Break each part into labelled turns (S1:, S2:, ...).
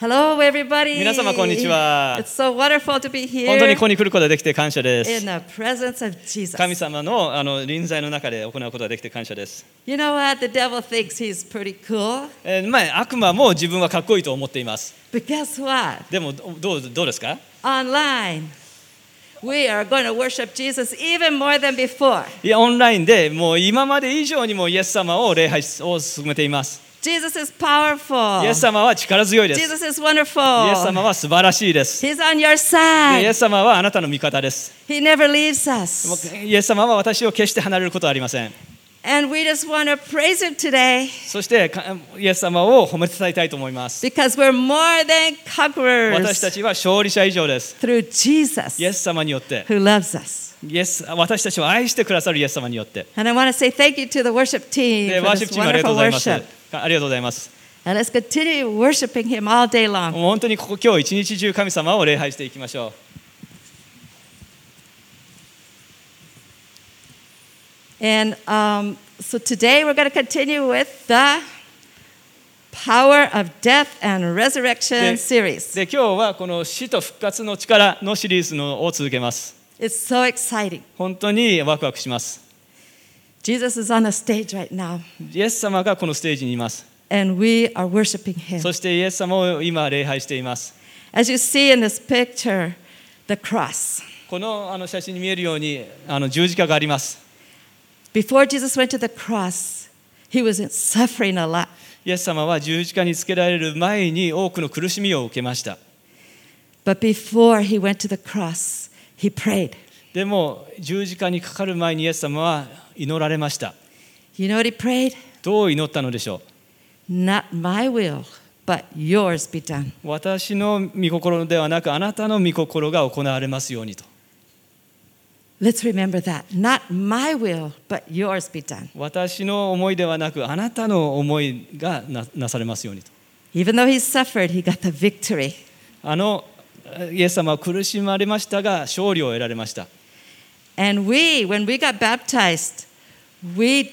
S1: Hello, everybody.
S2: 皆様こんにちは
S1: It's so wonderful to be here.
S2: 本当にここに来ることができて感謝で
S1: in
S2: す。
S1: the presence of Jesus.
S2: 神様のあの臨在の中で行うことができて感謝です。
S1: You know what? The devil thinks he's pretty cool,
S2: えーまあ、悪魔も自分はかっこいいと思っています。
S1: but guess what?
S2: でもどどうどうですか
S1: Online, we are going to worship Jesus even more than before.
S2: いやオンラインでもう今まで以上にもイエス様を礼拝を進めています。
S1: Jesus is powerful.
S2: イエス様は力強いです。イエ
S1: Jesus is wonderful.
S2: ス様は素晴らしいです。
S1: He's on your
S2: で
S1: side.
S2: イエス様はあなたの味方です。
S1: He never leaves us.
S2: もうイエス様は私を決して離れることはありません。
S1: And we just want to praise Him today
S2: そしてかイエス様を褒めてたたいと思います。
S1: because we're more than conquerors
S2: 私たちは勝利者以上です。
S1: through Jesus
S2: イエス様によって。
S1: who loves us.
S2: イエス私たちを愛してくださるイエス様によって。
S1: And I want to say thank you to the worship team
S2: で、
S1: for
S2: ワーシ
S1: this
S2: ップチームありがとう
S1: wonderful
S2: ございます。あ
S1: worship.
S2: りがとうございます。
S1: And let's continue worshiping Him all day
S2: も
S1: long.
S2: う本当にここ今日一日中神様を礼拝していきましょう。
S1: And um, so today we're going to continue with the Power of Death and Resurrection
S2: Yeah.
S1: series.
S2: で、今日はこの死と復活の力のシリーズのを続けます。
S1: It's so exciting.
S2: 本当にワクワクします。
S1: Jesus is on the stage right now,
S2: イエス様がこのステージにいます。
S1: and we are worshiping Him.
S2: そしてイエス様を今礼拝しています。
S1: As you see in this picture, the cross.
S2: このあの写真に見えるようにあの十字架があります。
S1: Before Jesus went to the cross, He was suffering a lot.
S2: イエス様は十字架につけられる前に多くの苦しみを受けました。
S1: But before He went to the cross, He prayed.
S2: でも十字架にかかる前にイエス様は祈られました。
S1: You know what he prayed?
S2: どう祈ったのでしょ
S1: Not my will, but yours be done.
S2: う私の御心ではなくあなたの御心が行われますようにと
S1: Let's remember that. Not my will, but yours be done.
S2: 私の思いではなくあなたの思いがななされますようにと
S1: Even though he suffered, he got the victory.
S2: あのイエス様は苦しまれましたが勝利を得られました
S1: And we, when we got baptized, we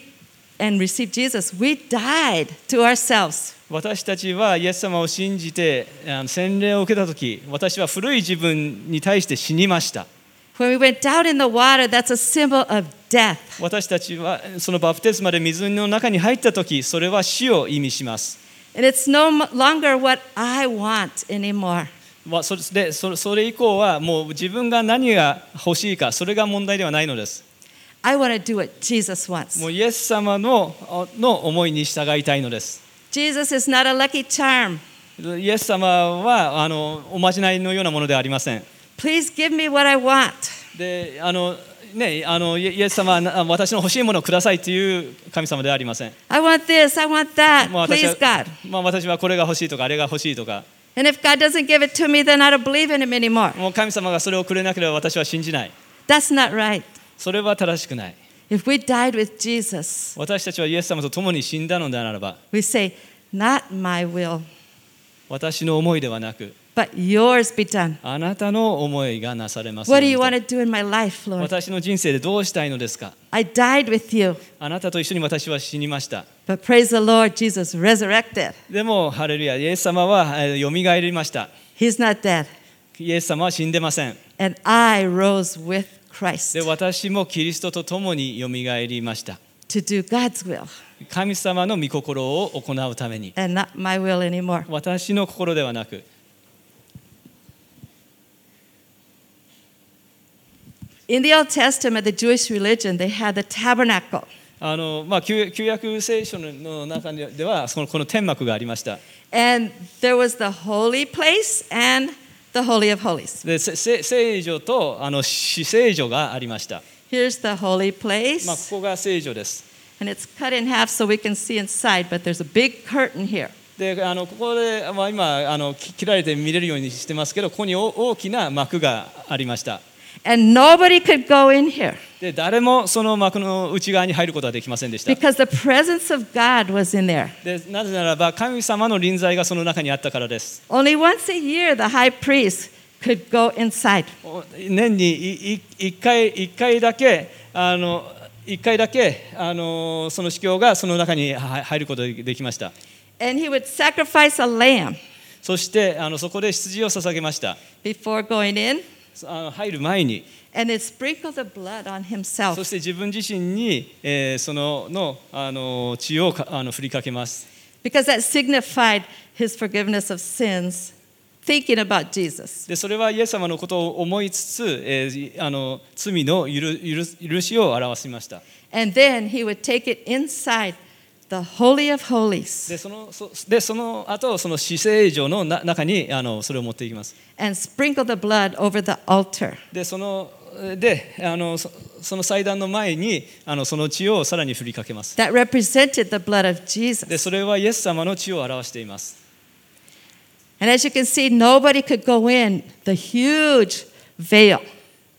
S1: and received Jesus, we died to ourselves.
S2: 私たちはイエス様を信じてあの洗礼を受けた時私は古い自分に対して死にました
S1: When we went down in the water, that's a symbol of death.
S2: 私たちはそのバプテスマで水の中に入った時それは死を意味します
S1: And it's no mo- longer what I want anymore.
S2: まあ、それでそそれ以降はもう自分が何が欲しいかそれが問題ではないのです
S1: I want to do what Jesus wants.
S2: もうイエス様のあの思いに従いたいのです
S1: Jesus is not a lucky charm.
S2: イエス様はあのおまじないのようなものではありません
S1: Please give me what I want.
S2: であのねあのイエイエス様はな私の欲しいものをくださいという神様ではありません
S1: I want this, I want that.
S2: もう私
S1: Please,
S2: は
S1: God.
S2: まあ、私はこれが欲しいとかあれが欲しいとか
S1: And if God doesn't give it to me, then I don't believe in Him anymore.
S2: もう神様がそれをくれなければ私は信じない
S1: That's not right.
S2: それは正しくない
S1: If we died with Jesus,
S2: 私たちはイエス様と共に死んだのであれば
S1: we say, Not my will,
S2: 私の思いではなく
S1: but yours be done.
S2: あなたの思いがなされますよ
S1: What
S2: う
S1: do
S2: に
S1: you
S2: と
S1: want to do in my life, Lord?
S2: 私の人生でどうしたいのですか
S1: I died with you,
S2: あなたと一緒に私は死にました。
S1: but praise the Lord, Jesus resurrected.
S2: でも、ハレルヤ、イエス様はえーよみがえりました。
S1: He's not dead.
S2: イエス様は死んでません。
S1: And I rose with Christ
S2: で、私もキリストと共によみがえりました。
S1: to do God's will
S2: 神様の御心を行うために、
S1: and not my will anymore.
S2: 私の心ではなく、
S1: In the Old Testament, the Jewish religion, they had the tabernacle.
S2: あのまあ、旧旧約聖書の中ではその、この天幕がありました。
S1: And there was the holy place and the holy of holies.
S2: で、せせ聖女とあの死聖女がありました。
S1: Here's the holy
S2: まあ、
S1: place,
S2: ここが聖女です。
S1: and it's cut in half so we can see inside, but there's a big curtain here.
S2: であのここで、まあ、今あのき切られて見れるようにしてますけどここに大大きな幕がありました
S1: And nobody could go in here
S2: で誰もその幕の内側に入ることはできませんでした
S1: because the presence of God was in there.
S2: でなぜならば神様の臨在がその中にあったからです
S1: Only once a year, the high priest could go inside.
S2: お年に1回一回だけあの一回だけあのその司教がその中には入ることができました
S1: And he would sacrifice a lamb
S2: そしてあのそこで羊を捧げました
S1: before going in,
S2: あの入る前に
S1: and it sprinkled the blood on
S2: そ
S1: himself.
S2: して自分自身に、えーそののあの血をかあの振りかけます
S1: Because that signified his forgiveness of sins, thinking about Jesus.
S2: でそれはイエス様のことを思いつつ、えーあの罪の許許許しを表しました
S1: And then he would take it inside the Holy of
S2: で
S1: Holies
S2: そのそでその後その死聖所のな中にあのそれを持っていきます
S1: and sprinkle the blood over the altar.
S2: でそのであのそその祭壇の前にあのその血をさらに振りかけます
S1: That represented the blood of
S2: で
S1: Jesus.
S2: それはイエス様の血を表しています
S1: And as you can see, nobody could go in the huge veil.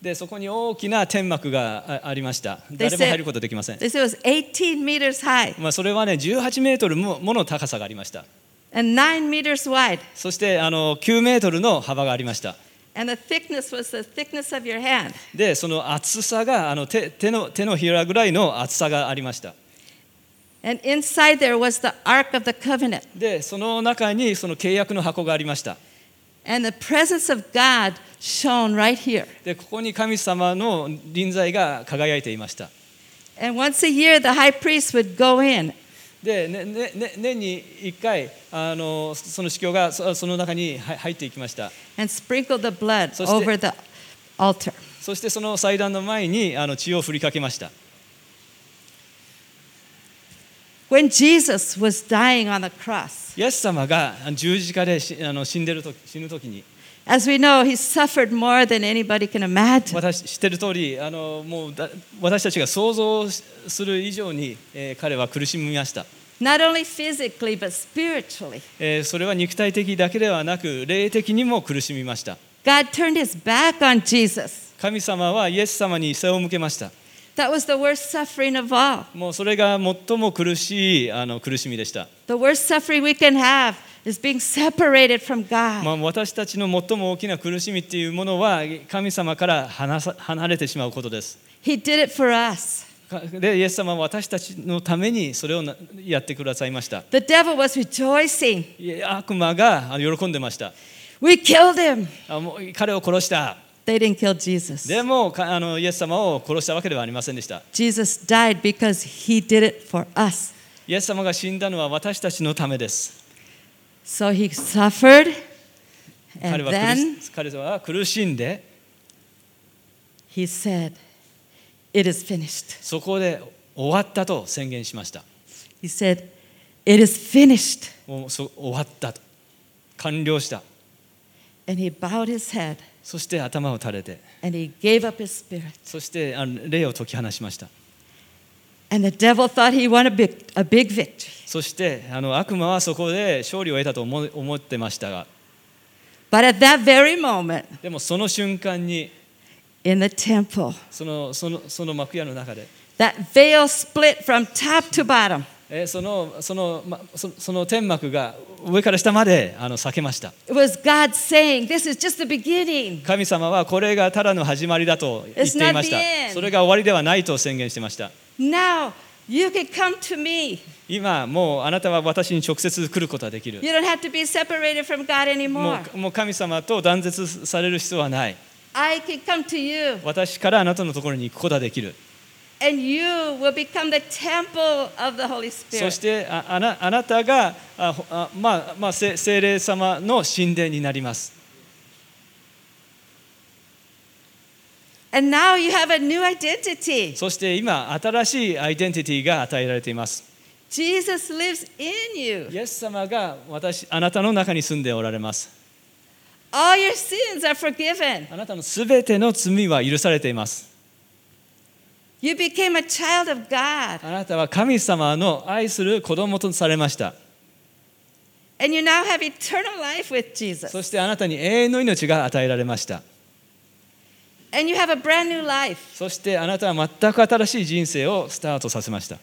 S2: でそこに大きな天幕があありました
S1: で
S2: 誰も入ることできません、
S1: They said it was 18 meters high
S2: まあ、それはね18メートルももの高さがありました
S1: and 9 meters wide.
S2: そしてあの9メートルの幅がありました
S1: And the thickness was the thickness of your hand.
S2: でその厚さがあの手手の手のひらぐらいの厚さがありました
S1: And inside there was the Ark of the Covenant.
S2: でその中にその契約の箱がありました
S1: And the presence of God shone right here.
S2: でここに神様の臨在が輝いていました
S1: And once a year, the high priest would go in
S2: で、ねねね、年に1回あのその司教がそその中に入入っていきました
S1: and sprinkle the blood
S2: そして-
S1: over the altar.
S2: そしてその祭壇の前にあの血を振りかけました
S1: When Jesus was dying on the cross,
S2: イエス様が十字架でしあの死んでると死ぬ時に
S1: as we know, he suffered more than anybody can imagine.
S2: 私知ってる通りあのもうだ私たちが想像しする以上に、えー彼は苦しみました、
S1: Not only physically, but spiritually.
S2: えーそれは肉体的だけではなく霊的にも苦しみました
S1: God turned his back on Jesus.
S2: 神様はイエス様に背を向けました
S1: That was the worst suffering of all.
S2: もうそれが最も苦しいあの苦しみでした、
S1: The worst suffering we can have is being separated from God.
S2: まあ、私たちの最も大きな苦しみっていうものは神様から離さ離れてしまうことです
S1: He did it for us.
S2: かでイエス様は私たちのためにそれをなやってくださいました
S1: The devil was rejoicing.
S2: いや悪魔があの喜んでました。
S1: We killed him.
S2: あもう彼を殺した。
S1: They didn't kill Jesus.
S2: でもかあのイエス様を殺したわけではありませんでした。
S1: Jesus died because he did it for us.
S2: イエス様が死んだのは私たちのためです。
S1: So he suffered
S2: 彼
S1: and
S2: は
S1: then
S2: 苦し彼は苦しんで、
S1: he said, It is finished.
S2: そこで終わったと宣言しました。
S1: He said, It is finished.
S2: もうそ終わったと。完了した。
S1: And he bowed his head
S2: そして頭を垂れて、
S1: and he gave up his spirit.
S2: そしてあの霊を解き放しました。
S1: And the devil thought he won a big, a big victory.
S2: そしてあの悪魔はそこで勝利を得たと思思ってましたが、
S1: But at that very moment
S2: でもその瞬間に、
S1: in the temple,
S2: そのそのその幕屋の中で、
S1: that veil split from top to bottom.
S2: えーそのそのまそその天幕が上から下まであの裂けました。
S1: It was God saying, This is just the beginning.
S2: 神様はこれがただの始まりだと言っていまし
S1: It's not the
S2: た。
S1: end.
S2: それが終わりではないと宣言してました。
S1: Now you can come to me.
S2: 今もうあなたは私に直接来ることができる。
S1: You don't have to be separated from God
S2: も
S1: anymore.
S2: うもう神様と断絶される必要はない。
S1: I can come to you,
S2: 私からあなたのところに行くことができる。
S1: and you will become the temple of the Holy
S2: そ
S1: Spirit.
S2: してああなあなたがあほあ、まあまあ、せ聖霊様の神殿になります。
S1: And now you have a new identity.
S2: そして今新しいアイデンティティが与えられています。
S1: Jesus lives in you.
S2: イエス様が私あなたの中に住んでおられます。
S1: All your sins are forgiven.
S2: あなたのすべての罪は許されています。
S1: You became a child of God,
S2: あなたは神様の愛する子供とされました。
S1: and you now have eternal life with
S2: そ
S1: Jesus.
S2: してあなたに永遠の命が与えられました。
S1: And you have a brand new life.
S2: そしてあなたは全く新しい人生をスタートさせました。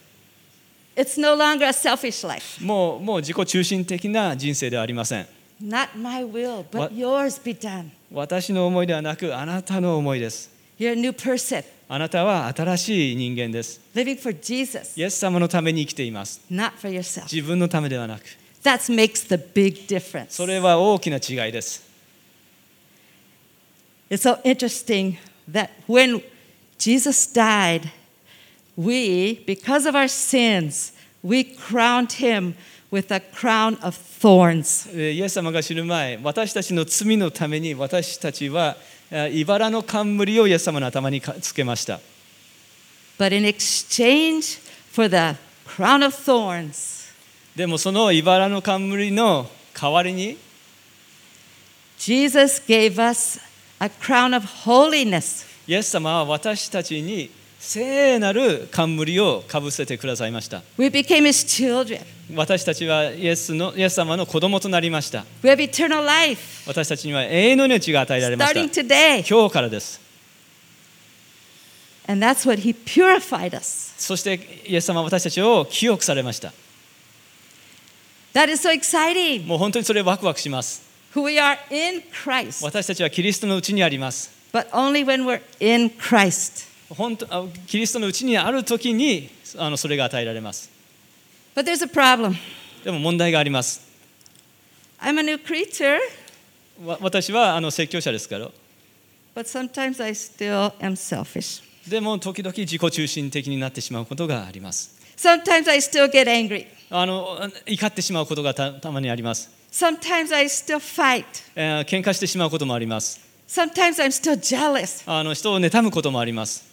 S1: It's no longer a selfish life.
S2: もうもう自己中心的な人生ではありません。
S1: Not my will, but
S2: What-
S1: yours be done.
S2: 私の思いではなくあなたの思いです。
S1: You're a new person,
S2: あなたは新しい人間です。
S1: living for Jesus,
S2: イエス様のために生きています。
S1: not for yourself.
S2: 自分のためではなく。
S1: That makes the big difference.
S2: それは大きな違いです。
S1: It's so interesting that when Jesus died, we, because of our sins, we crowned him with a crown of thorns.
S2: えーイエス様が死ぬ前、私たちの罪のために私たちはえー茨の冠をイエス様の頭にかつけました。
S1: But in exchange for the crown of thorns,
S2: でもその茨の冠の代わりに
S1: Jesus gave us a crown of holiness.
S2: イエス様は私たちに聖なる冠をかぶせてくださいました。
S1: We became his children.
S2: 私たちはイエスのイエス様の子供となりました。
S1: We have eternal life
S2: 私たちには永遠の命が与えられました。
S1: starting today.
S2: 今日からです。
S1: And that's what he purified us.
S2: そしてイエス様は私たちを清くされました。
S1: That is so exciting.
S2: もう本当にそれワクワクします。
S1: Who we are in Christ.
S2: 私たちはキリストのうちにあります。
S1: but only when we're in Christ.
S2: 本当あキリストのうちにあるときにあのそれが与えられます。
S1: But there's a problem.
S2: でも問題があります。
S1: I'm a new creature,
S2: わ私はあの説教者ですから。
S1: but sometimes I still am selfish.
S2: でも時々自己中心的になってしまうことがあります。
S1: Sometimes I still get angry.
S2: あの怒ってしまうことがたたまにあります、
S1: Sometimes I still fight.
S2: えー喧嘩してしまうこともあります。
S1: Sometimes I'm still jealous.
S2: あの人を妬むこともあります。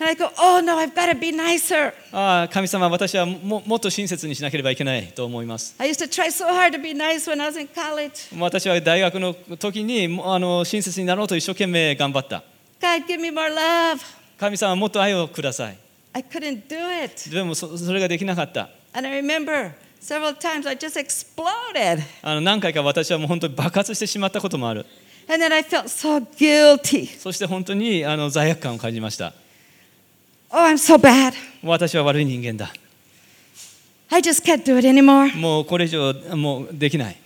S1: And I go, oh no, I've got to be nicer.
S2: ああ神様、私はももっと親切にしなければいけないと思います。
S1: I used to try so hard to be nice when I was in college.
S2: 私は大学の時にもあの親切になろうと一生懸命頑張った。
S1: God, give me more love.
S2: 神様、もっと愛をください。
S1: I couldn't do it.
S2: でもそそれができなかった。
S1: And I remember several times I just exploded.
S2: あの何回か私はもう本当に爆発してしまったこともある。
S1: And then I felt so guilty.
S2: そして本当にあの罪悪感を感じました。
S1: Oh, I'm so bad.
S2: 私は悪い人間だ。
S1: I just can't do it anymore.
S2: もうこれ以上もうできない。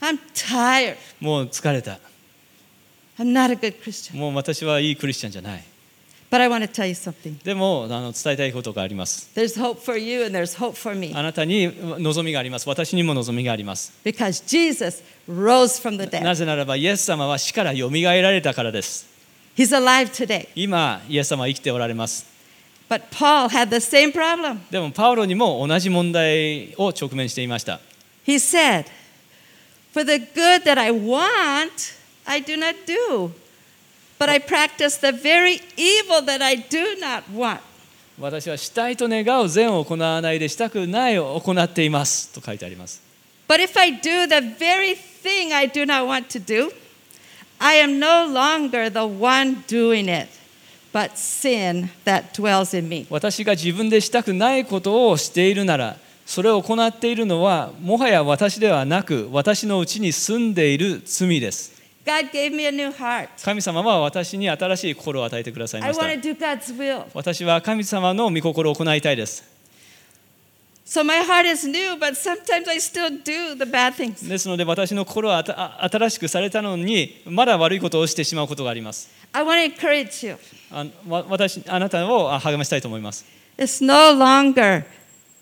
S1: I'm tired.
S2: もう疲れた。
S1: I'm not a good Christian.
S2: もう私はいいクリスチャンじゃない。
S1: But I want to tell you something.
S2: でもあの伝えたいことがあります。
S1: There's hope for you and there's hope for me
S2: あなたに望みがあります。私にも望みがあります。
S1: because Jesus rose from the
S2: な
S1: dead.
S2: ぜならば、イエス様は死からよみがえられたからです。
S1: He's alive today.
S2: 今、イエス様は生きておられます。
S1: But Paul had the same problem.
S2: でも、パウロにも同じ問題を直面していました。
S1: He said, For the good that I want, I do not do. But I practice the very evil that I do not want.
S2: 私はしたいと願う善を行わないでしたくないを行っていますと書いてあります。
S1: But if I do the very thing I do not want to do, I am no longer the one doing it, but sin that dwells in me.
S2: 私が自分でしたくないことをしているなら、それを行っているのは、もはや私ではなく、私のうちに住んでいる罪です。
S1: God gave me a new heart.
S2: 神様は私に新しい心を与えてください
S1: I
S2: まし
S1: want
S2: た
S1: to。do God's will.
S2: 私は神様の御心を行いたいです。
S1: So my heart is new, but sometimes I still do the bad things.
S2: ですので私の心はあたあ新しくされたのにまだ悪いことをしてしまうことがあります。
S1: I want to encourage you.
S2: あわ私あなたをあ励ましたいと思います。
S1: It's no longer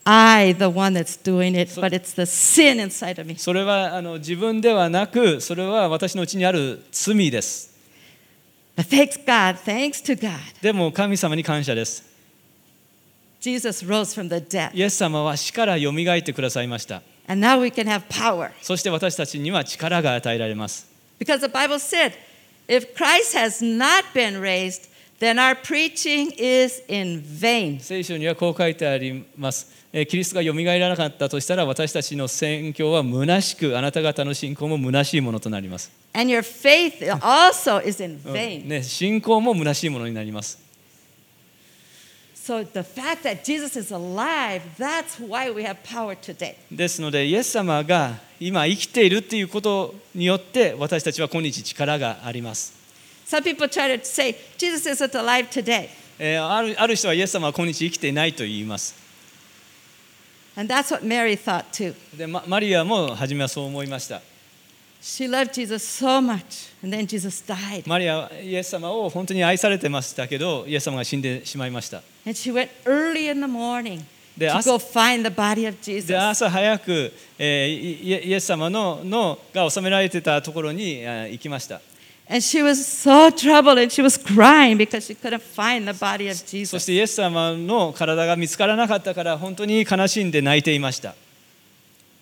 S1: I, the one that's doing it, but it's the sin inside of me.
S2: それはあの自分ではなくそれは私のうちにある罪です。
S1: But thanks God, thanks to God,
S2: でも神様に感謝です。
S1: Jesus rose from the dead.
S2: イエス様は死からよみがえってくださいました。
S1: And now we can have power.
S2: そして私たちには力が与えられます。
S1: Because the Bible said, if Christ has not been raised, then our preaching is in vain.
S2: 聖書にはこう書いてあります。えーキリストがよみがえらなかったとしたら私たちの宣教は虚しくあなた方の信仰も虚しいものとなります。
S1: And your faith also is in
S2: うん
S1: vain.
S2: ね、信仰も虚しいものになります。
S1: So the fact that Jesus is alive, that's why we have power today.
S2: ですので、イエス様が今生きているっていうことによって、私たちは今日力があります。
S1: Some people try to say, Jesus isn't alive today.
S2: えーあるある人はイエス様は今日生きていないと言います。
S1: And that's what Mary thought too.
S2: で、まマリアも初めはそう思いました。
S1: She loved Jesus so much, and then Jesus died.
S2: マリアはイエス様を本当に愛されてましたけど、イエス様が死んでしまいました。
S1: And she went early in the morning
S2: で
S1: to
S2: 朝
S1: go find the body of Jesus.
S2: で朝早く、えーイエイエス様ののが収められてたところにあ行きました
S1: And she was so troubled and she was crying because she couldn't find the body of
S2: そし
S1: Jesus.
S2: てイエス様の体が見つからなかったから本当に悲しんで泣いていました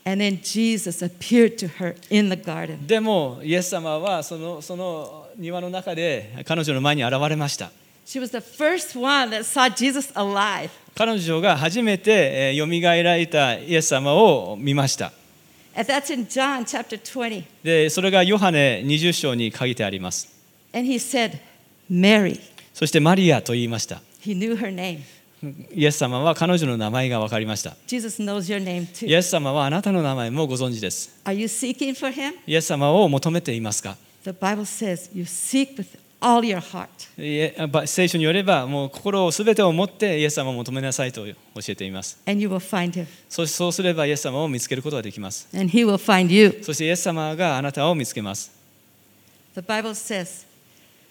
S1: And then Jesus appeared to her in the garden.
S2: でもイエス様はそのその庭の中で彼女の前に現れました
S1: She was the first one that saw Jesus alive.
S2: 彼女が初めてよみがえー蘇られたイエス様を見ました
S1: And that's in John chapter 20.
S2: でそれがヨハネ20章に書いてあります
S1: And he said, Mary.
S2: そしてマリアと言いました
S1: He knew her name.
S2: イエス様は彼女の名前が分かりました
S1: Jesus knows your name
S2: イ
S1: too.
S2: エス様はあなたの名前もご存知です
S1: Are you seeking for him?
S2: イエス様を求めていますか
S1: The Bible says you seek with all your heart.
S2: いえば聖書によればもう心を全てを持ってイエス様を求めなさいと教えています
S1: And you will find him.
S2: そそうすればイエス様を見つけることができます
S1: And he will find you.
S2: そしてイエス様があなたを見つけます
S1: The Bible says,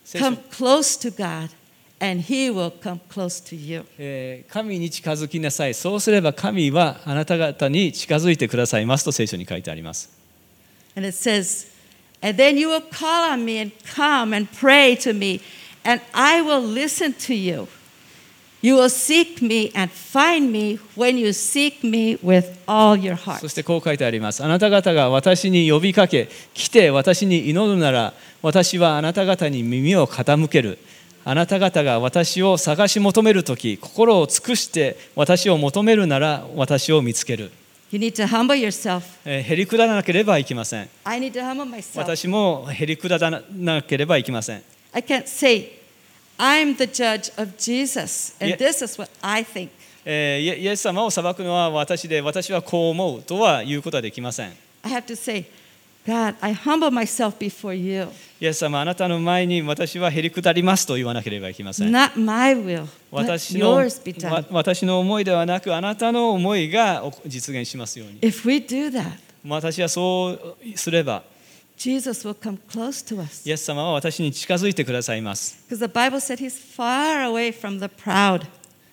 S2: 聖書
S1: come close to God and he will come close to you.
S2: えー神に近づきなさいそうすれば神はあなた方に近づいてくださいますと聖書に書いてあります
S1: And it says, and then you will call on me and come and pray to me, and I will listen to you. You will seek me and find me when you seek me with all your
S2: そし
S1: heart.
S2: てこう書いてありますあなた方が私に呼びかけ来て私に祈るなら私はあなた方に耳を傾けるあなた方が私を探し求める時心を尽くして私を求めるなら私を見つける
S1: You need to humble yourself.
S2: えーへりくだらなければいけません
S1: I need to humble myself.
S2: 私もへりくだらなければいけません
S1: I can't say, I'm the judge of Jesus, and
S2: Yeah.
S1: this is what I think.
S2: えーイエイエス様を裁くのは私で私はこう思うとは言うことはできません
S1: I have to say, God, I humble myself before you.
S2: イエス様あなたの前に私はへりくだりますと言わなければいけません
S1: Not my will, but
S2: 私のわ
S1: yours be done.
S2: 私の思いではなくあなたの思いがお実現しますように
S1: If we do that,
S2: 私はそうすれば
S1: Jesus will come close to us.
S2: イエス様は私に近づいてくださいます、
S1: Because the Bible said he's far away from the proud.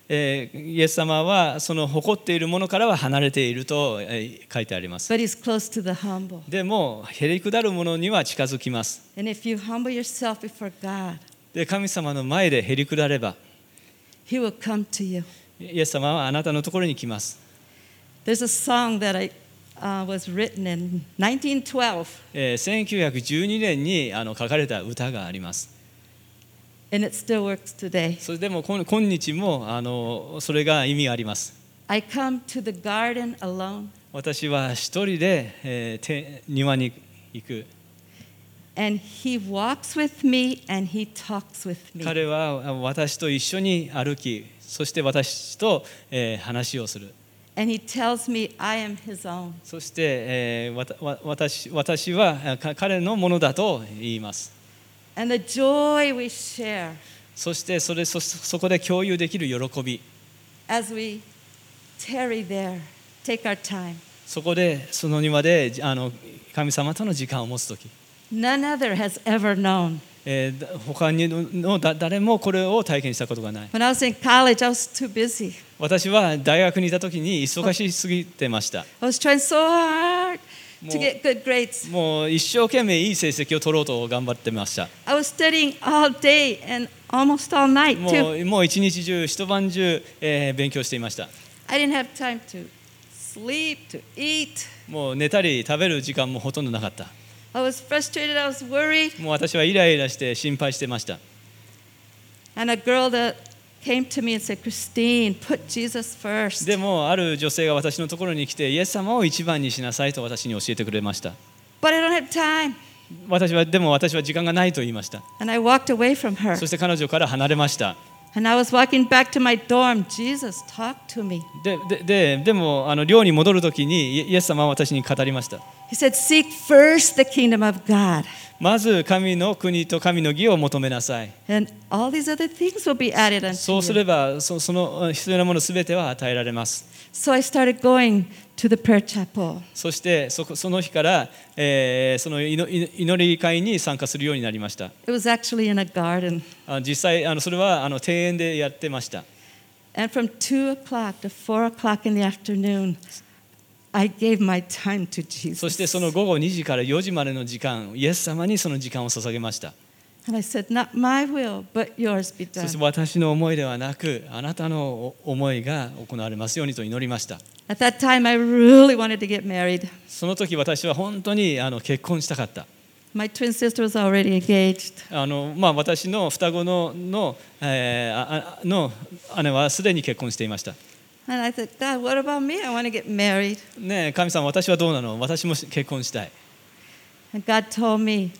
S2: えーイエス様はその誇っているものからは離れていると、えー書いてあります
S1: But he's close to the humble.
S2: でもへりくだるものには近づきます
S1: And if you humble yourself before God,
S2: で神様の前でへりくだれば
S1: he will come to you.
S2: イエス様はあなたのところに来ます
S1: There's a song that I uh, was written in 1912,
S2: えー1912年にあの書かれた歌があります
S1: and it still works today.
S2: それでも今今日もあのそれが意味があります
S1: I come to the garden alone,
S2: 私は一人で、えーて庭に行く
S1: and he walks with me and he talks with me.
S2: 彼はあ私と一緒に歩きそして私と、えー話をする
S1: And he tells me I am his own.
S2: そして、えーわたわ私私はあか彼のものだと言います
S1: And the joy we share
S2: そしてそれそそこで共有できる喜び
S1: as we tarry there, take our time.
S2: そこでその庭でじあの神様との時間を持つ時、
S1: None other has ever known.
S2: えーだ他にのだ誰もこれを体験したことがない
S1: When I was in college, I was too busy.
S2: 私は大学にいた時に忙しすぎてました
S1: I was trying so hard to
S2: More-
S1: get good grades.
S2: もう一生懸命いい成績を取ろうと頑張ってました。
S1: I was studying all day and almost all night,
S2: も
S1: too.
S2: うもう一日中、一晩中、えー勉強していました。
S1: I didn't have time to sleep, to eat.
S2: もう寝たり食べる時間もほとんどなかった。
S1: I was frustrated, I was worried.
S2: もう私はイライラして心配してました。
S1: And a girl that came to me and said, Christine, put Jesus first.
S2: でも、ある女性が私のところに来て、イエス様を一番にしなさいと私に教えてくれました。
S1: But I don't have time.
S2: 私はでも私は時間がないと言いました。
S1: And I walked away from her.
S2: そして彼女から離れました。
S1: And I was walking back to my dorm. Jesus talked to me.
S2: ででででもあの寮に戻るときにイエイエス様は私に語りました。
S1: He said, Seek first the kingdom of God,
S2: まず神の国と神の義を求めなさい。
S1: and all these other things will be added unto
S2: そうす
S1: you.
S2: ればそその必要なものすべては与えられます。
S1: So I started going to the prayer chapel.
S2: そしてそこその日から、えーその祈祈祈り会に参加するようになりました。
S1: It was actually in a garden.
S2: あ実際あのそれはあの庭園でやってました。
S1: And from 2 o'clock to 4 o'clock in the afternoon, I gave my time to
S2: そして
S1: Jesus.
S2: その午後2時から4時までの時間、イエス様にその時間を捧げました。
S1: And I said, Not my will, but yours be
S2: そ
S1: done.
S2: して私の思いではなく、あなたの思いが行われますようにと祈りました。
S1: At that time, I really wanted to get married.
S2: その時私は本当にあの結婚したかった。
S1: My twin sister was already engaged.
S2: あのまあ、私の双子のの,、えーああの姉はすでに結婚していました。
S1: And I said, God, what about me? I want to get married.
S2: ねえ神様、私はどうなの私もし結婚したい。
S1: And God told me,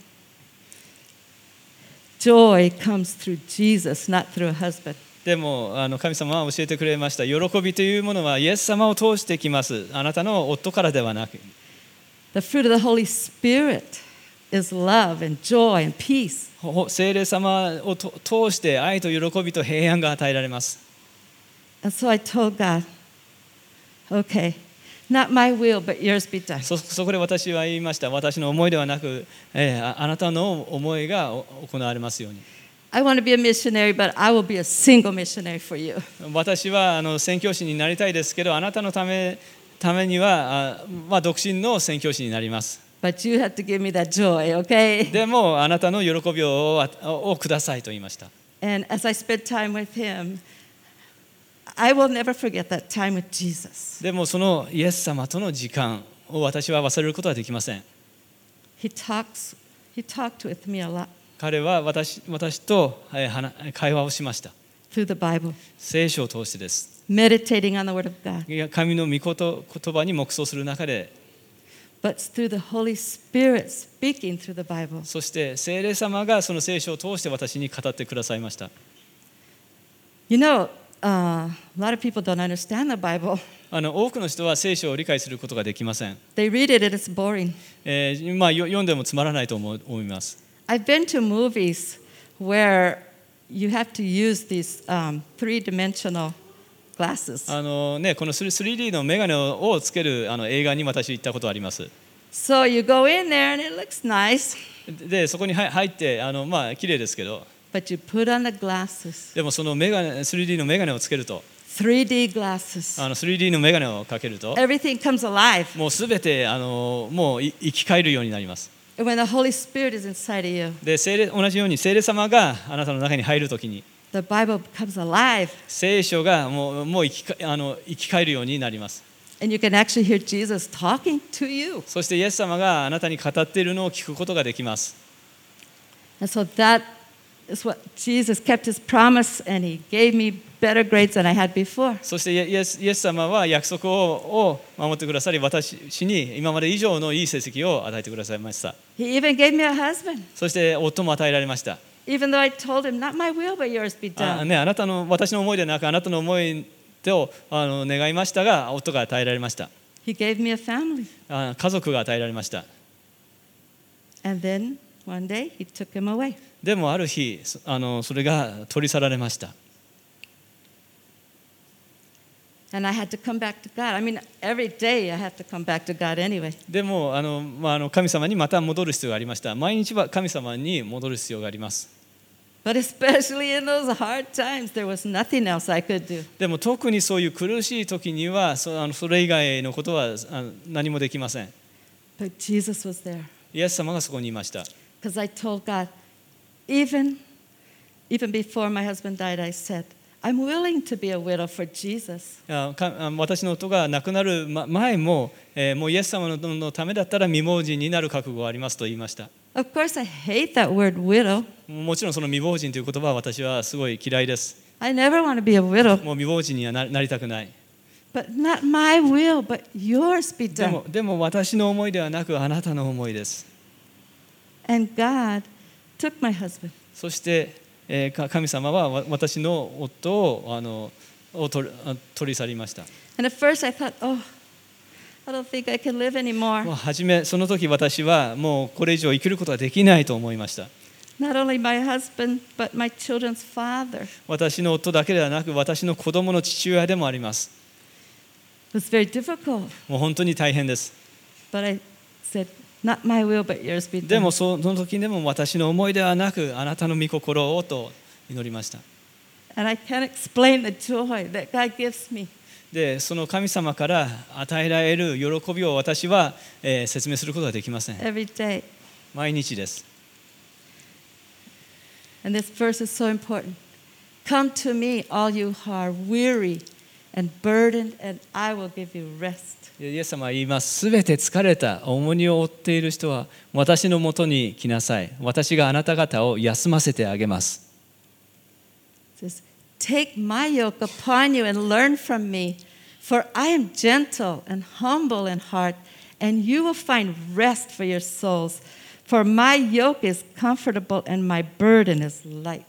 S1: joy comes through Jesus, not through a husband.
S2: でもあの神様は教えてくれました。喜びというものはイエス様を通してきます。あなたの夫からではなく。
S1: The fruit of the Holy Spirit is love and joy and peace.
S2: ほ聖霊様をと通して愛と喜びと平安が与えられます。
S1: And so I told God, okay, not my will, but yours be done.
S2: そそこで私は言いました。私の思いではなく、ええああなたの思いがお行われますように。
S1: I want to be a missionary, but I will be a single missionary for you.
S2: 私はあの宣教師になりたいですけどあなたのためためにはあ、まあ、独身の宣教師になります
S1: But you have to give me that joy, okay?
S2: でもあなたの喜びをあをくださいと言いました
S1: And as I spent time with him, I will never forget that time with Jesus.
S2: でもそのイエス様との時間を私は忘れることはできません
S1: He talks, he talked with me a lot
S2: 彼は私私とえー話会話をしました
S1: through the Bible,
S2: 聖書を通してです
S1: meditating on the Word of God.
S2: いや神の御こと言葉に黙想する中で
S1: But it's through the Holy Spirit speaking through the Bible.
S2: そして聖霊様がその聖書を通して私に語ってくださいました
S1: You know, uh, a lot of people don't understand the Bible.
S2: あの多くの人は聖書を理解することができません
S1: They read it and it's boring.
S2: えーまあ、よ読んでもつまらないと思う思います。
S1: I've been to movies where you have to use these um, three dimensional glasses.
S2: あのね、この 3D のメガネををつけるあの映画に私行ったことあります。
S1: So you go in there and it looks nice,
S2: で、そこに入入って、あのまあ綺麗ですけど、
S1: but you put on the glasses,
S2: でもそのメガネ 3D のメガネをつけると、
S1: 3D glasses.
S2: あの 3D のメガネをかけると、
S1: Everything comes alive.
S2: もうすべてあのもうい生き返るようになります。
S1: And when the Holy Spirit is inside of you,
S2: で、聖霊同じように聖霊様があなたの中に入るときに、
S1: the Bible becomes alive.
S2: 聖書がもうもう生きかあの生き返るようになります。
S1: And you can actually hear Jesus talking to you.
S2: そしてイエス様があなたに語っているのを聞くことができます。
S1: And so that is what Jesus kept his promise and he gave me better grades than I had before.
S2: そしてイエイエスイエス様は約束をを守ってくださり、私に今まで以上のいい成績を与えてくださいました。
S1: He even gave me a husband,
S2: そして夫も与えられました。
S1: even though I told him, Not my will, but yours be
S2: あ
S1: done.
S2: ね、あなたの私の思いではなく、あなたの思いをあの願いましたが、夫が与えられました。
S1: He gave me a family.
S2: あ家族が与えられました。
S1: And then one day he took him away.
S2: でもある日、そあのそれが取り去られました。
S1: And I had to come back to God. I mean, every day I have to come back to God anyway.
S2: でもあの、まあ、あの神様にまた戻る必要がありました。毎日は神様に戻る必要があります。
S1: But especially in those hard times, there was nothing else I could do.
S2: でも特にそういう苦しい時にはそあのそれ以外のことはあの何もできません。
S1: But Jesus was there.
S2: イエス様がそこにいました。
S1: Because I told God, even, even before my husband died, I said, I'm willing to be a widow for Jesus.
S2: あかあ私の夫が亡くなるま前も、えーもうイエス様ののためだったら未亡人になる覚悟がありますと言いました。
S1: Of course, I hate that word widow.
S2: もちろんその未亡人という言葉は私はすごい嫌いです。
S1: I never want to be a widow.
S2: もう未亡人にはななりたくない。
S1: But not my will, but yours be
S2: で
S1: done.
S2: もでも私の思いではなくあなたの思いです。
S1: And God took my husband.
S2: そして、えーか神様はわ私の夫をあのを取りあ取り去りました。
S1: And at first I thought, oh, I don't think I can live
S2: も
S1: anymore.
S2: う初めその時私はもうこれ以上生きることはできないと思いました
S1: Not only my husband, but my children's father.
S2: 私の夫だけではなく私の子供の父親でもあります
S1: It was very difficult.
S2: もう本当に大変です
S1: But I said, not my will, but yours be
S2: で
S1: done.
S2: もその時でも私の思いではなくあなたの御心をと祈りました
S1: And I can't explain the joy that God gives me.
S2: でその神様から与えられる喜びを私は、えー説明することはできません
S1: every day.
S2: 毎日です
S1: And this verse is so important. Come to me, all you who are weary and burdened, and I will give you rest.
S2: でイエス様は言いますすべて疲れた重荷を負っている人は私のもとに来なさい私があなた方を休ませてあげます
S1: It says, Take my yoke upon you and learn from me, for I am gentle and humble in heart, and you will find rest for your souls. For my yoke is comfortable and my burden is light.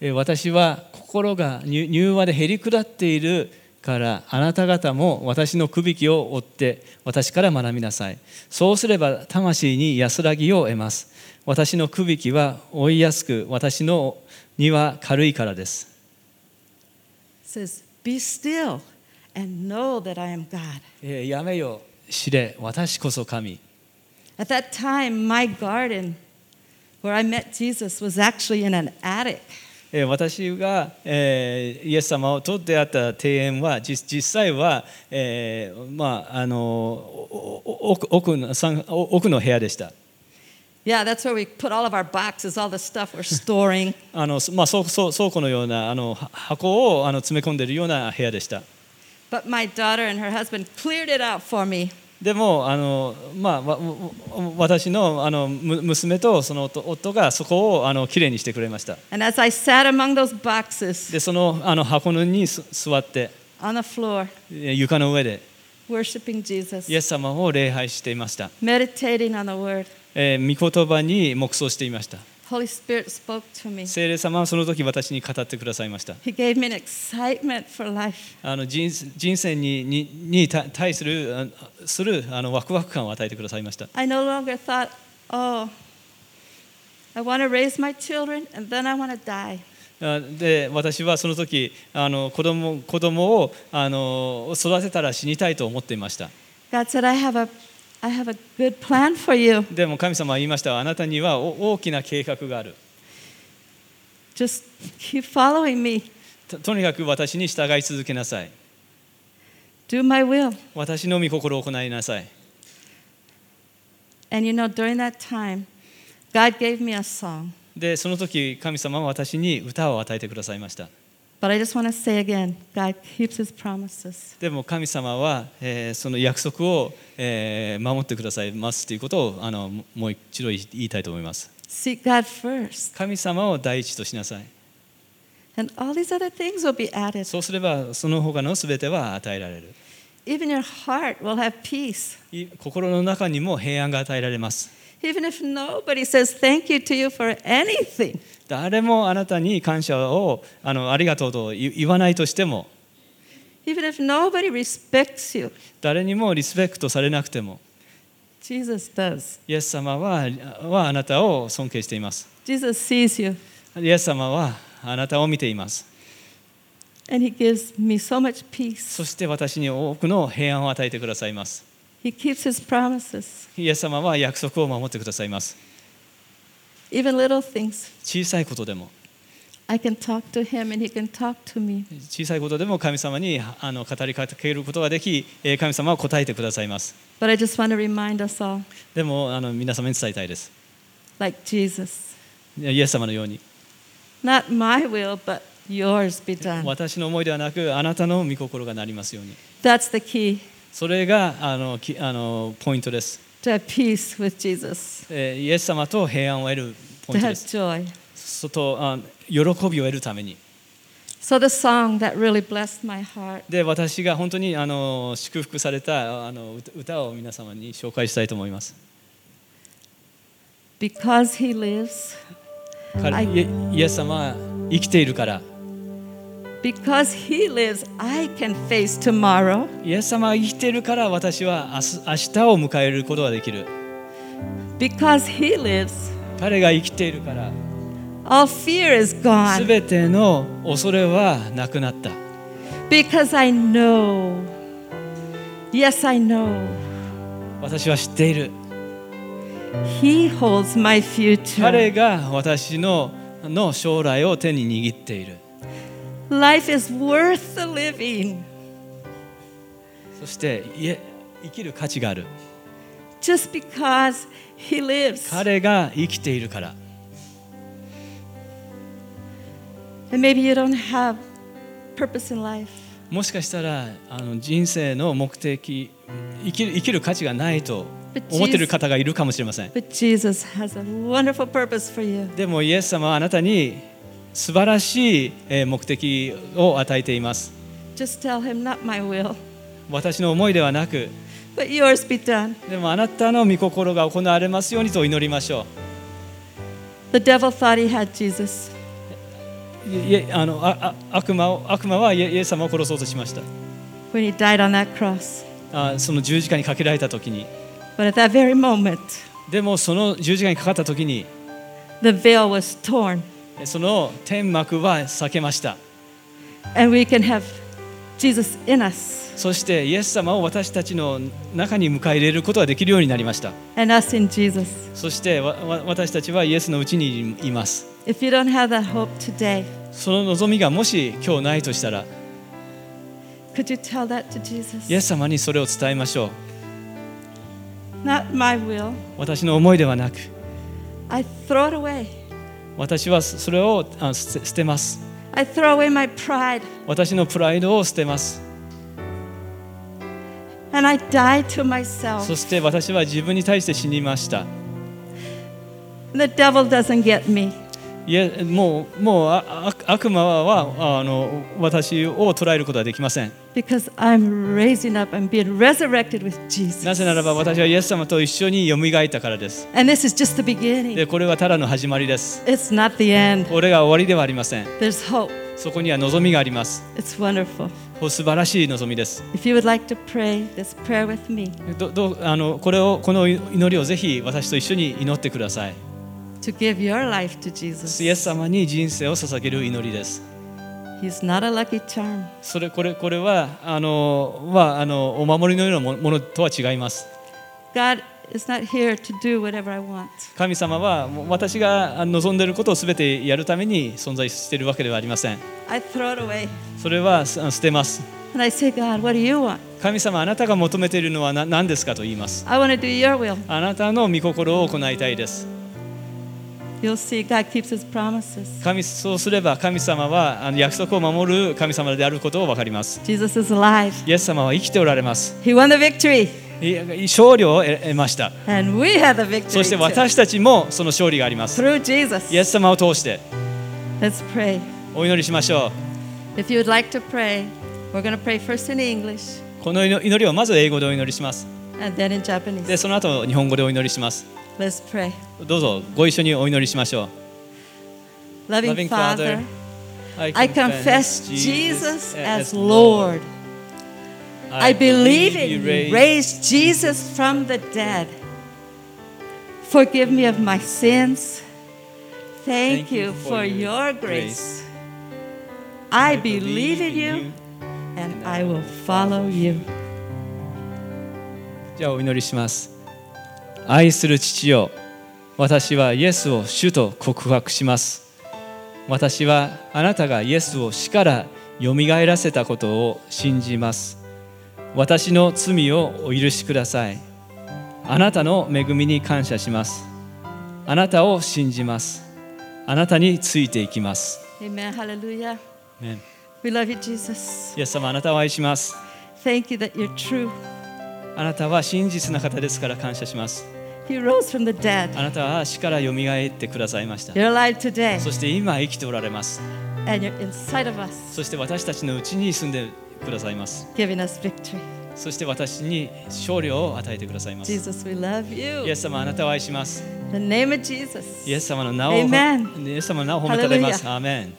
S2: えー私は心が柔柔和でへりくだっているからあなた方も私の首輝きを追って私から学びなさいそうすれば魂に安らぎを得ます私の首輝きは追いやすく私の荷は軽いからです
S1: It says, Be still and know that I am God.
S2: えーやめよ知れ私こそ神
S1: At that time, my garden where I met Jesus was actually in an attic.
S2: えー私が、えーイエス様と出会った庭園は実実際は、えーまあ、あのおお奥奥のさんお奥の部屋でした。
S1: Yeah, that's where we put all of our boxes, all the stuff we're storing.
S2: あのすまあ、倉庫倉倉庫のようなあのは箱をあの詰め込んでいるような部屋でした
S1: But my daughter and her husband cleared it out for me.
S2: でもあの、まあ、わわ私のあのむ娘とその夫夫がそこをあのきれいにしてくれました
S1: And as I sat among those boxes
S2: でそのあの箱のにす座って
S1: on the floor,
S2: え床の上で
S1: worshiping Jesus,
S2: イエス様を礼拝していました、
S1: meditating on the Word,
S2: えー御言葉に黙想していました
S1: Holy Spirit spoke to me.
S2: 聖霊様はその時私に語ってくださいました
S1: He gave me an excitement for life.
S2: あの人人生ににに対対するあするあのワクワク感を与えてくださいました
S1: I no longer thought, oh, I want to raise my children and then I want to die.
S2: あで私はその時あの子供子供をあの育てたら死にたいと思っていました
S1: God said, I have a, I have a good plan for you.
S2: でも神様は言いましたあなたにはお大きな計画がある
S1: Just keep following me.
S2: ととにかく私に従い続けなさい
S1: Do my will.
S2: 私の御心を行いなさい
S1: And you know, during that time, God gave me a song.
S2: でその時神様は私に歌を与えてくださいました
S1: But I just want to say again God keeps his promises.
S2: でも神様は、えーその約束を、えー守ってくださいますということをあのももう一度言い言いたいと思います
S1: Seek God first,
S2: 神様を第一としなさい
S1: and all these other things will be added.
S2: そうすればその他の全ては与えられる
S1: Even your heart will have peace.
S2: い心の中にも平安が与えられます。
S1: Even if nobody says thank you to you for anything,
S2: 誰もあなたに感謝をあのありがとうと言言わないとしても、
S1: even if nobody respects you,
S2: 誰にもリスペクトされなくても、
S1: Jesus does.
S2: イエス様ははあなたを尊敬しています。
S1: Jesus sees you.
S2: イエス様はあなたを見ています。
S1: And he gives me so much peace.
S2: そして私に多くの平安を与えてくださいます。
S1: He keeps his promises,
S2: イエス様は約束を守ってくださいます。
S1: even little things.
S2: 小さいことでも、
S1: I can talk to him and he can talk to me.
S2: 小さいことでも神様にあの語りかけることができ、えー神様は答えてくださいます。
S1: But I just want to remind us all,
S2: でもあの皆様に伝えたいです。
S1: like Jesus,
S2: イエス様のように。
S1: not my will, but yours be done.
S2: 私の思いではなくあなたの御心がなりますように
S1: That's the key
S2: それがあのきあのポイントです、
S1: to have peace with Jesus,
S2: えーイエス様と平安を得るポ
S1: to
S2: イント
S1: have
S2: です
S1: joy.
S2: そとあ喜びを得るために
S1: So the song that really blessed my heart
S2: で私が本当にあの祝福されたあの歌歌を皆様に紹介したいと思います、
S1: Because he lives,
S2: 彼
S1: はい
S2: イエイエス様は生きているから
S1: because he lives, I can face tomorrow.
S2: イエス様が生きているから私は明日明日を迎えることができる
S1: Because he lives,
S2: 彼が生きているから
S1: all fear is gone.
S2: 全ての恐れはなくなった
S1: Because I know. Yes, I know.
S2: 私は知っている
S1: He holds my future.
S2: 彼が私のの将来を手に握っている
S1: Life is worth the living.
S2: そしていえ生きる価値がある
S1: just because he lives.
S2: 彼が生きているから
S1: And maybe you don't have purpose in life.
S2: もしかしたらあの人生の目的生きる生きる価値がないと思っている方がいるかもしれません
S1: But Jesus has a wonderful purpose for you.
S2: でもイエス様はあなたに素晴らしいえー目的を与えています
S1: Just tell him, not my will,
S2: 私の思いではなく
S1: but yours be done.
S2: でもあなたの御心が行われますようにと祈りましょ
S1: The devil thought he had Jesus,
S2: ういいえあのああ悪魔を悪魔はイエイエス様を殺そうとしました
S1: when he died on that cross.
S2: あその十字架にかけられた時に
S1: But at that very moment,
S2: でもその十字架にかかった時に
S1: the veil was torn,
S2: その天幕は裂けました。
S1: and we can have Jesus in us
S2: そしてイエス様を私たちの中に迎え入れることができるようになりました。
S1: and us in Jesus.
S2: そしてわわ私たちはイエスのうちにいます。
S1: If you don't have that hope today,
S2: その望みがもし今日ないとしたら、
S1: could you tell that to Jesus?
S2: イエス様にそれを伝えましょう。
S1: Not my will.
S2: 私の思いではなく、
S1: I throw it away.
S2: 私はそそれをあ捨て捨てます。
S1: I throw away my pride
S2: 私のプライドを捨てます。
S1: and I die to myself.
S2: そして私は自分に対して死にました。
S1: the devil doesn't get me.
S2: いえもうもうあ悪悪魔はあの私を捉えることはできません。
S1: Because I'm raising up, I'm being resurrected with
S2: な
S1: Jesus.
S2: ぜならば私はイエス様と一緒によみがえったからです。
S1: And this is just the beginning.
S2: でこれはただの始まりです。
S1: It's not the end.
S2: これが終わりではありません。
S1: There's hope.
S2: そこには望みがあります。
S1: It's wonderful.
S2: お素晴らしい望みです。
S1: If you would like to pray this prayer with me
S2: どどうあのこれをこの祈りをぜひ私と一緒に祈ってください。
S1: to give your life to Jesus,
S2: イエス様に人生を捧げる祈りです。
S1: he's not a lucky charm.
S2: それこれこれはあのはあのお守りのようなもものとは違います。
S1: God is not here to do whatever I want.
S2: 神様はもう私が望んでいることを全てやるために存在しているわけではありません。
S1: I throw it away
S2: それはす捨てます。
S1: and I say, God, what do you want?
S2: 神様あなたが求めているのはな何ですかと言います。
S1: I want to do your will.
S2: あなたの御心を行いたいです。
S1: You'll see God keeps his promises.
S2: 神そうすれば神様はあの約束を守る神様であることを分かります。
S1: Jesus is alive.
S2: イエス様は生きておられます。
S1: He won the victory,
S2: い勝利を得得ました。
S1: and we have the victory
S2: そして
S1: too,
S2: 私たちもその勝利があります。
S1: through Jesus.
S2: イエス様を通して
S1: Let's pray.
S2: お祈りしましょ
S1: If you would like to pray, we're going to pray first in English
S2: う。この祈祈りをまず英語でお祈りします。
S1: and then in Japanese.
S2: で、その後日本語でお祈りします。
S1: Let's pray.
S2: どうぞご一緒にお祈りしましょう。
S1: Loving,
S2: Loving
S1: Father,
S2: Father, I
S1: I confess Jesus as Lord. I believe in you raised Jesus from the dead. Forgive me of my sins. Thank you for your grace. I believe in you and I will follow you.
S2: じゃあお祈りします。愛する父よ、私はイエスを主と告白します。私はあなたがイエスを死からよみがえらせたことを信じます。私の罪をお許しください。あなたの恵みに感謝します。あなたを信じます。あなたについていきます。
S1: Amen. Hallelujah.
S2: ね
S1: We love you, Jesus.
S2: イエス様、あなたを愛します。
S1: Thank you that you're true.
S2: あなたは真実な方ですから感謝します。
S1: You rose from the dead.
S2: あなたは死からよみがえってくださいました。
S1: You're alive today,
S2: そして今生きておられます。
S1: and you're inside of us,
S2: そして私たちのうちに住んでくださいます。
S1: giving us victory.
S2: そして私に勝利を与えてくださいます。イ
S1: Jesus, we love you.
S2: エス様あなたを愛します。
S1: In the name of Jesus.
S2: イエス様の名を、
S1: Amen
S2: イエス様の名を褒めたえます。
S1: Hallelujah
S2: アーメン。